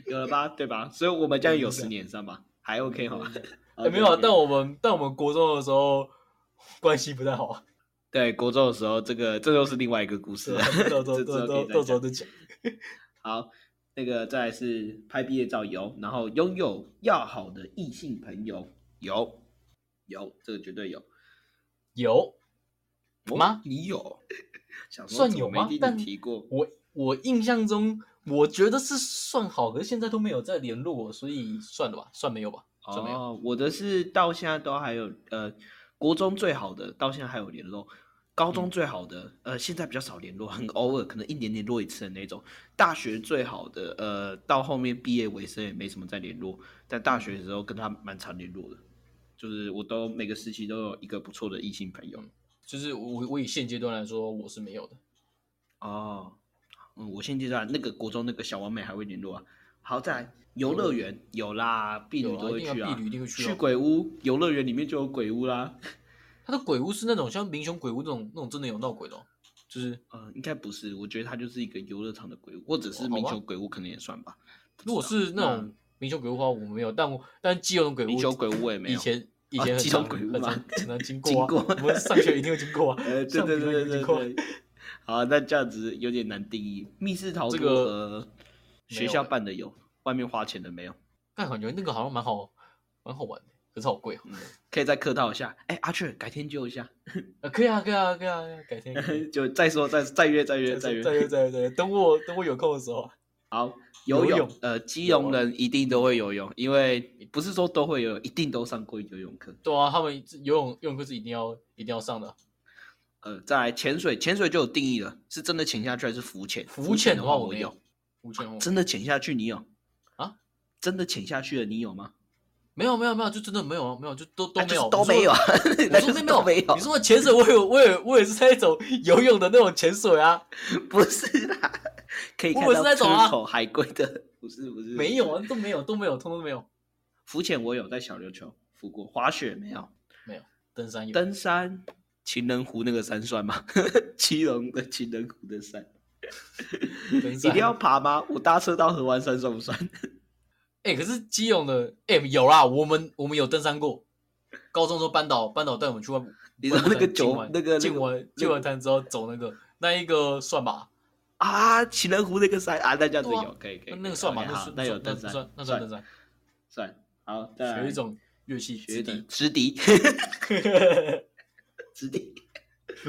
有了吧？对吧？所以我们这样有
对
十年以上吧，还 OK 哈。
哎没有啊，
OK，OK
但我们但我们国中的时候关系不太好啊。
对国中的时候，这个这又是另外一个故事
是
了
啊，。到时候
这
到
之后
时
可
候
以再
到时
讲
候再讲。
好，那个再来是拍毕业照有，然后拥有要好的异性朋友有有，这个绝对有。
有
哦
吗？
你有？ 想说
算
怎么
有吗
没听
但
你提过，
我我印象中，我觉得是算好，可是现在都没有再联络我，所以算了吧，算没有吧，算没有。
哦，我的是到现在都还有，呃，国中最好的到现在还有联络，高
嗯
中最好的，呃，现在比较少联络，很偶尔，可能一年联络一次的那种。大学最好的，呃，到后面毕业为生也没什么再联络，但大
嗯
学的时候跟他蛮常联络的，就是我都每个时期都有一个不错的异性朋
嗯
友。
就是我我以现阶段来说，我是没有的。
哦，嗯，我现阶段那个国中那个小王美还会联络啊。好，再来游乐园有啦，婢
有
女
啊
都会
一定
去
要
啊，
婢女一定会去
去
啊
鬼屋游乐园里面就有鬼屋啦。
他的鬼屋是那种像民雄鬼屋那种那种真的有闹鬼的、哦，就是
呃，应该不是，我觉得它就是一个游乐场的鬼屋，或者是
哦好
民
吧
雄鬼屋，可能也算吧。不知
如果
道
是那种民雄鬼屋的话，我没有，但我但基隆鬼屋，
民雄鬼屋我也没有
以前以
啊
前很
基隆
常
鬼屋
很
吗
常很常 经
经
过啊，
过
我们上学一定会经过啊，
呃，对
上
对
学
对
一定会
对
经过啊
对。对。 好，那这样子有点难定义。密室逃脱
这个
和
没
学
有
校
欸
办的有，外面花钱的没有。
但感觉那个好像蛮好，蛮好玩的，可是好贵哦。
嗯可以再客套一下，哎，阿雀，改天揪一下，
啊，可以啊，可以啊，可以啊，可以啊改天可以
哎就再说，再再约，再 约，再
再再
约，
再再再，等我等我有空的时候啊。
好，游
游
泳
泳，
呃，基
有
隆
啊
人一定都会游泳，因为不是说都会游泳，一定都上过游泳课。
对啊，他们游泳游泳课是一定要一定要上的。
呃，再来潜水，潜水就有定义了，是真的潜下去还是浮潜？
浮潜
的
话我
我
没
有
有，，浮潜我
真的潜下去你有
啊？
真的潜下去了你有吗？
没有没有没有，就真的没有啊，没有就都都
啊
没
就是
有
都没有啊，
我
那就
说
是
没
都
有
没有
你，说的潜水，我有我有我也是那种 游泳的那种潜水啊，
不是啦，可以
我
看
以为
到
是那
出
种啊
口海龟的，不是不是，
没有啊，都没有都没有，通通没有。
浮潜我有，在小琉球浮过，滑雪没有，
登山有，
登山情人湖那个山算吗？ 基隆的情人湖的山。
登
一
山
定要爬吗？我搭车到河湾山算不算？
哎、可是基隆的哎、有啦，我们我们有登山过，高中的时候班导班导带我们去外，
你知道那个九那个那个
进完进完潭之后走那个那一个算吧，
啊，情人湖那个山啊，那这样子
对啊
有，可以可以，
那
可以
那个算吧，
OK，
那
好
算
那有
那
登山，
算那算登山，
算好，再来
学一种乐器
学
之
一种
地。
直笛， 直笛，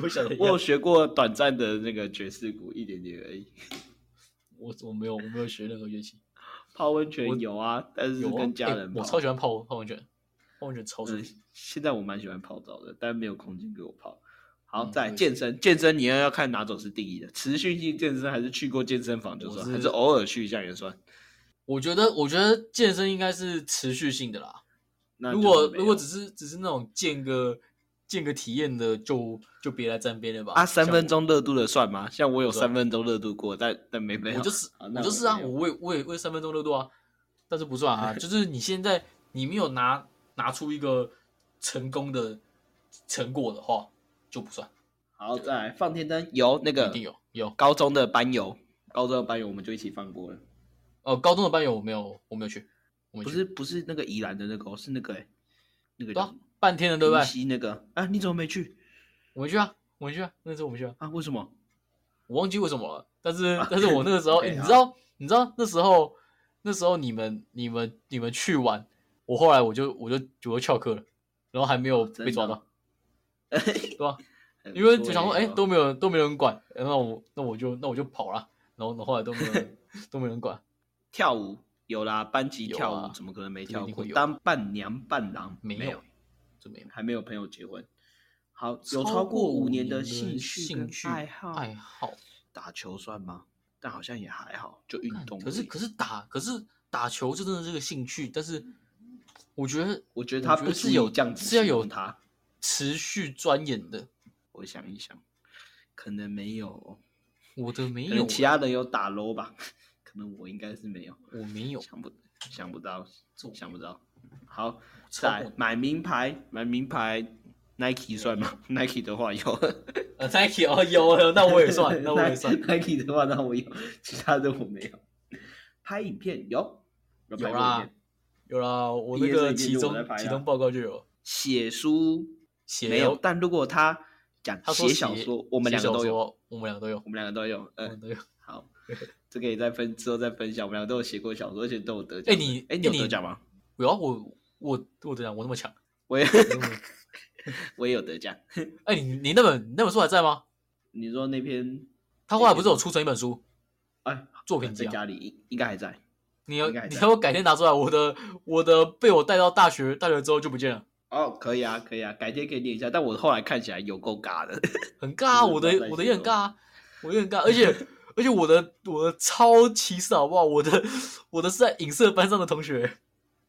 我想的一
我有
样，
学过短暂的那个爵士鼓，一点点而已。
我我没有我没有学任何乐器，
泡温泉
我
有啊，但是
有啊
跟家
哎
人
我
泡
超喜欢泡泡温泉，泡温泉超舒
嗯
服。，
现在我蛮喜欢泡澡的，但没有空间给我泡。好，
嗯
再来
我也
健身，健身你要要看哪种是定义的，持续性健身还是去过健身房就
我
算，
是
还是偶尔去一下也算。
我觉得我觉得健身应该是持续性的啦，
那就
如
是
果
没
如果
有
只是只是那种见个见个体验的，就就别来沾边了吧。
啊，三
像
分钟热度的算吗？像我有
对啊
三分钟热度过，但但没没
我，
有。
我就是
好那
我就是啊，
没有
我为我也为三分钟热度啊，但是不 算啊，就是你现在你没有拿拿出一个成功的成果的话，就不算，
好，再来放天灯，有那
一
个
定有有。
高中的班友，高中的班友我们就一起放过了，
呃，高中的班友我没有我没有去，我没
不
去
是不是那个宜兰的那个哦，是那个欸那个
对
叫
啊
什么，
半天了对不
平
对？
西那个啊，你怎么没去
我们去啊，我们去啊，那时候我们去啊，
啊？为什么？
我忘记为什么了，但是
啊
但是我那个 时候，
OK，
欸你
好
知道你知道那时候那时候你们你们你们去玩，我后来我就我就我就翘课了，然后还没有
啊真的
被抓到，对吧、
哎
因为
不
就
错
想说，
耶
哎、都没有都没人管，欸那我那我就那我就跑了，然后后来都没 有人都没人管，
跳舞有啦，班级
有
跳
啊
舞怎么可能没
这个
跳
一定
过
会？有
当伴娘伴郎
没
有
有，就没有。
还没有朋友结婚。好，有
超
超过
五
五
年
的兴
兴
趣
兴
跟
趣
爱好，
爱好，
打球算吗？但好像也还好，就运
干
动而已。
可是可是打可是打球这真的是个兴趣，但是我觉得
我觉得他
觉
不
是
足以
有
这样子
是要
形
有
容他
持续钻研的。
我想一想，可能没有哦，
我的没
可
有
能，其他人有打 low 吧，可能我应该是没有，
我没有，
想不想不到
这我，
想不到。好，
超
再来买名牌，买名牌，Nike 算吗？Nike 的话有，
呃，Nike 哦，有有， 那我也算，那我也算
，Nike 的话那我有，其他的我没有。拍影片有，有拍
有
过
啦
影片，
有啦，我
毕
那
业证
个
已经
其
是我
中
在拍
其
啦
中报告就有
写书
写
没有，，但如果他讲
他说
写小说，我们
写
两个
小
都有，
说，我们两个都有
我，们两个都有，
我
嗯、
们都有。
好，这个也再分之后再分享。我们两个都有写过小说，而且都有得奖。
哎你
哎，
哎
你有
你
得奖吗？
有啊，我我我怎样，我那么强？
我也
我那么
我也有得奖。
哎，你你那本那本书还在吗？
你说那篇
他后来不是有出成一本书
哎
作品集
在
啊？
家里应应该还在，
你要
应该还
你
在
要不要改天拿出来？我的我的被我带到大学，大学之后就不见了，
哦，可以啊，可以啊，改天可以念一下。但我后来看起来有够尬的，
很尬啊！
我
我
不知道
的
在
我
嗯
的
写
也很
什
尬
么
啊，我也很尬，而且 而且我的我的超歧视好不好？我的我的是在影射班上的同学，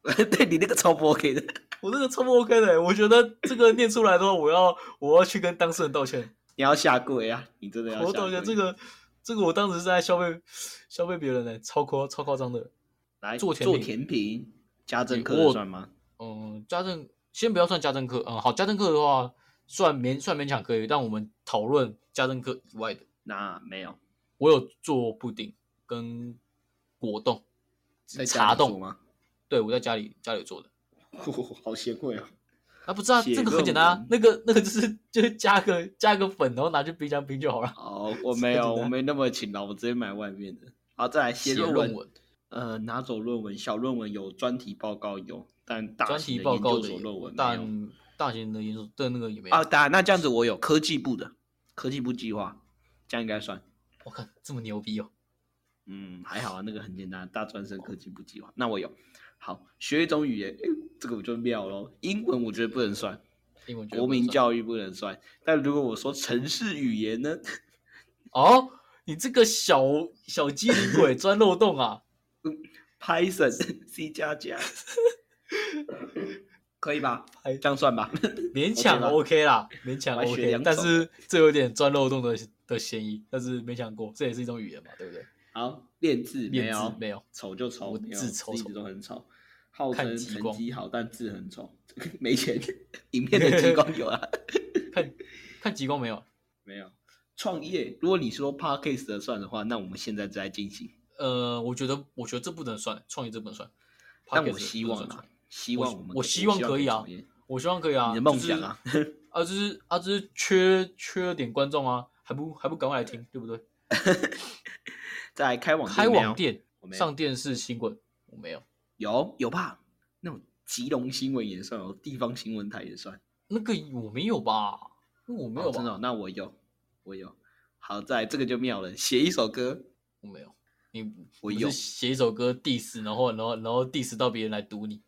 对你那个超不 OK 的，
我这个超不 OK 的，欸我觉得这个念出来的话，我要我要去跟当事人道歉。
你要下跪啊！你真的要
我
下
道
跪。
歉，这个这个我当时是在消费消费别人呢，超夸超夸张的。
来
做甜
做
品
甜品，家政
我
课算吗？
嗯，家政先不要算家政课，嗯，好，家政课的话算勉算勉强可以，但我们讨论家政课以外的，
那没有，
我有做布丁跟果冻
在、家
茶
里做
冻，
吗？
对我在家里家里做的。
好贤惠哦。
啊，不是啊，
写
这个很简单啊，那个那个就是就是加个加个粉，然后拿去冰箱冰就好了。
哦，我
这
没
个
有，
简
我
单
没那么勤劳，我直接买外面的。好，再来写
写论
文，
文，
呃，拿走论文，小论文有，专题报告有，但大
专
型
题
的
报
研
告
究
的
所论
有
文，没有。
但大型的研究的那个也没有
啊，。当然，那这样子我有科技部的科技部计划，这样应该算。
我看这么牛逼哦！
嗯，还好啊，那个很简单，大专生科技部计划，那我有。好，学一种语言，诶这个我就妙咯。英文我觉得不能算，
英文觉得
国
不能
民
算
教育不能算。但如果我说城市语言呢？
哦，你这个小小机灵鬼钻漏洞啊！
Python、C 加 加，可以吧？
哎
这样算吧。
勉强
OK 吧
OK 啦，勉强
我还学
OK，
两
但
种
是这有点钻漏洞的的嫌疑，但是没想过，这也是一种语言嘛，对不对？
好，练字没
练字
有，
没有，
丑就丑，
我
没有
字丑
一直
丑
都很丑，号
看
称
极
成
光
绩好，但字很丑， 没 钱。影片的极光有啊，
看看极光没有？
没有。创业，如果你说 podcast 的算的话，那我们现在在进行。
呃，我觉得我觉得这不能算，创业这不能算。
但
Podcast
我希
不能
望
算
啊，希望
我
们可以，
我
我
希望可以啊
创业
我希望可以啊。
你的梦想啊，
就是、 啊，就是啊，就是缺缺点观众啊，还不还不赶快来听，对不对？
再来开网
开
没
网
有
店
我没有
上电视新闻，我没有。
有有吧？那种吉隆新闻也算哦，地方新闻台也算。
那个我没有吧？那我没有
哦
吧？
真的哦、那我有，我有。好，再来这个就妙了，写一首歌，
我没有。你
我
你
有
是写一首歌 diss，然后然后然后 diss 到别人来读你。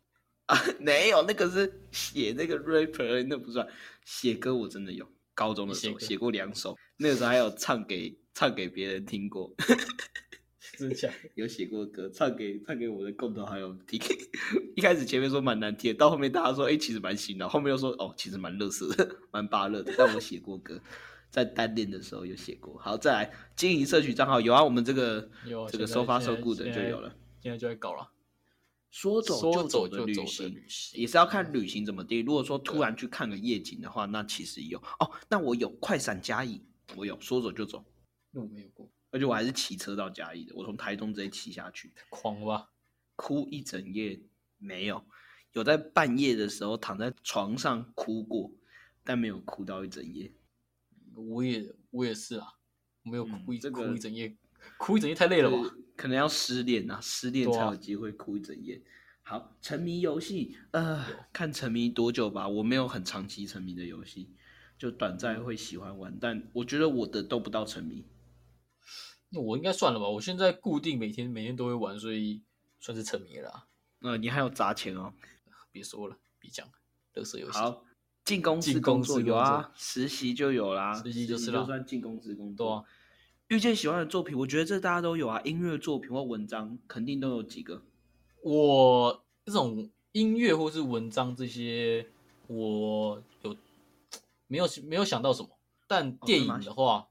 啊， 没有，那个是写那个 rapper，那不算写歌。我真的有，高中的时候
你写歌
写过两首，那个时候还有唱给唱给别人听过，
真的 假
有写过歌，唱给唱给我的共同好友听。 一开始前面说蛮难听的，到后面大家说，哎、其实蛮新的，后面又说，哦，其实蛮乐色的， 蛮巴乐的。但我写过歌，在单恋的时候有写过。好，再来经营社群账号，有啊，我们这个
有啊
这个
现在
so far
现
so
在
good 的
现
就
在
有了。
现在就在搞了，
说走
说
就走
走
的
就
旅
走的
行，
旅行
也是要看旅行怎么定。如果说突
对
然去看个夜景的话，那其实有哦。那我有快闪嘉义，我有说走就走，
那我没有过，
而且我还是骑车到嘉义的。我从台中直接骑下去，
狂了吧？
哭一整夜没有，有在半夜的时候躺在床上哭过，但没有哭到一整夜。
我也我也是啊，我没有
嗯
哭一、
这个
哭一整夜，哭一整夜太累了
就是
吧？
可能要失恋啊，失恋
对
才
啊
有机会哭一整夜。好，沉迷游戏，呃，看沉迷多久吧。我没有很长期沉迷的游戏，就短暂会喜欢玩，但我觉得我的都不到沉迷。
那我应该算了吧？我现在固定每天每天都会玩，所以算是沉迷了啊、
呃，你还有砸钱哦。
别说了，别讲了，乐色游戏。
好，进公司
进公
工
司
作有
工
啊
作，
实习就有啦，
实习就是
就
啦
算进公司工
对
作。
啊
遇见喜欢的作品，我觉得这大家都有啊，音乐作品或文章肯定都有几个。
我这种音乐或是文章这些，我有没有没有想到什么？但电
真的哦吗
影
哦
的话，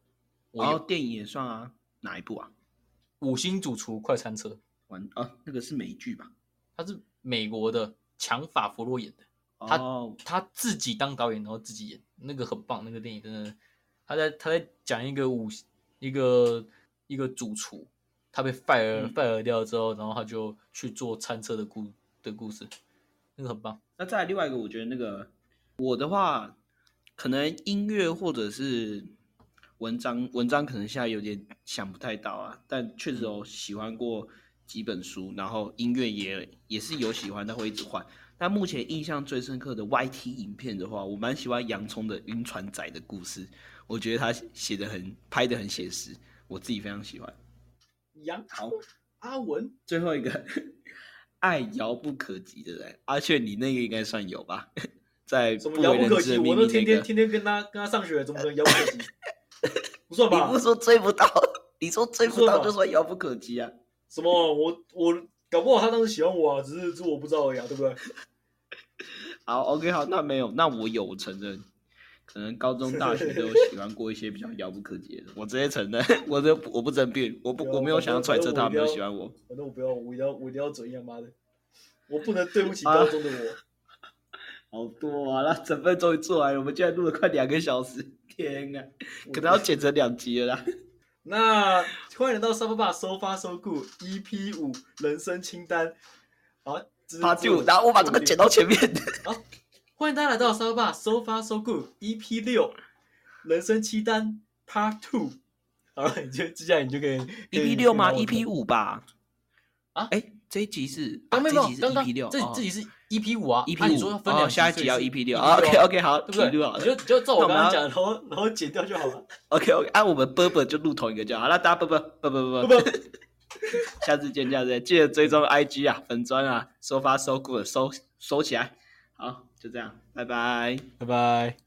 我
然后
有《
电影也算啊，哪一部啊？
五星主厨快餐车》，
完啊，那个是美剧吧？
他是美国的强法弗洛演的，他
哦，
他自己当导演，然后自己演，那个很棒，那个电影真的，他在他在讲一个五一个一个主厨，他被 fire、
嗯
fire 掉之后，然后他就去做餐车的故的故事，那个很棒。
那再来另外一个，我觉得那个我的话，可能音乐或者是文章，文章可能现在有点想不太到啊，但确实有喜欢过几本书，然后音乐也也是有喜欢，但会一直换。但目前印象最深刻的 YT 影片的话，我蛮喜欢洋葱的《晕船仔》的故事，我觉得他写的很拍的很写实，我自己非常喜欢。
杨
好，
阿文，
最后一个，爱遥不可及的人，阿雀，你那个应该算有吧？ 在
什
不
么遥
为
不
人
可
知
及？
的秘
我
密
都
那
天
个
天，天天跟他跟他上学，怎么可能遥 不可及？不算吧
你不？说追不到， 你 说追不到
不是吧
就算遥不可及啊！
什么？我我搞不好他当时喜欢我啊，只是只是我不知道而已啊，对不对？
好，OK，好，那没有，那我有，我承认，可能高中、大学 都有喜欢过一些比较遥不可及的人，我直接承认， 我这我不争辩，我不
有
我没有想要
反
揣
正
测
我
他
一
们有
定要
喜欢我。
反正我不要，我一定要我一定要怎样妈的，我不能对 不起
啊
高中的我。
好多啊！那整份终于做完了，我们竟然录了快两个小时，天啊！
我
可能要剪成两集了啦。
那欢迎来到沙发爸收发收顾 EP 五人生清单。好，这是
把
这是
就，然后我把这个剪到前面。
欢迎大家来到沙发爸收发收顾 EP E 六人生清单 Part Two。好了，你就接下来你就可以
EP E 六吗？EP
五
五吧？
啊
哎，这一集是
啊，
啊，
没有
这一集
没有，
是
刚刚
EP 六，
这这集是 EP 五啊
EP
啊
五，
你说要分两
哦下一集要
所以是
EP 六。哦
啊
OK OK，好，
对不对？
记录好
你就
了。
你就照我
那我们
刚刚
要
讲的，然后然后剪掉就好了。
OK OK，按我啊们波波就录同一个就好。那大家波波波波
不
波，
不，
下次见，下次见，记得追踪 IG 啊，粉砖啊，收发收 good，收收起来。好，就这样，拜拜。
拜拜。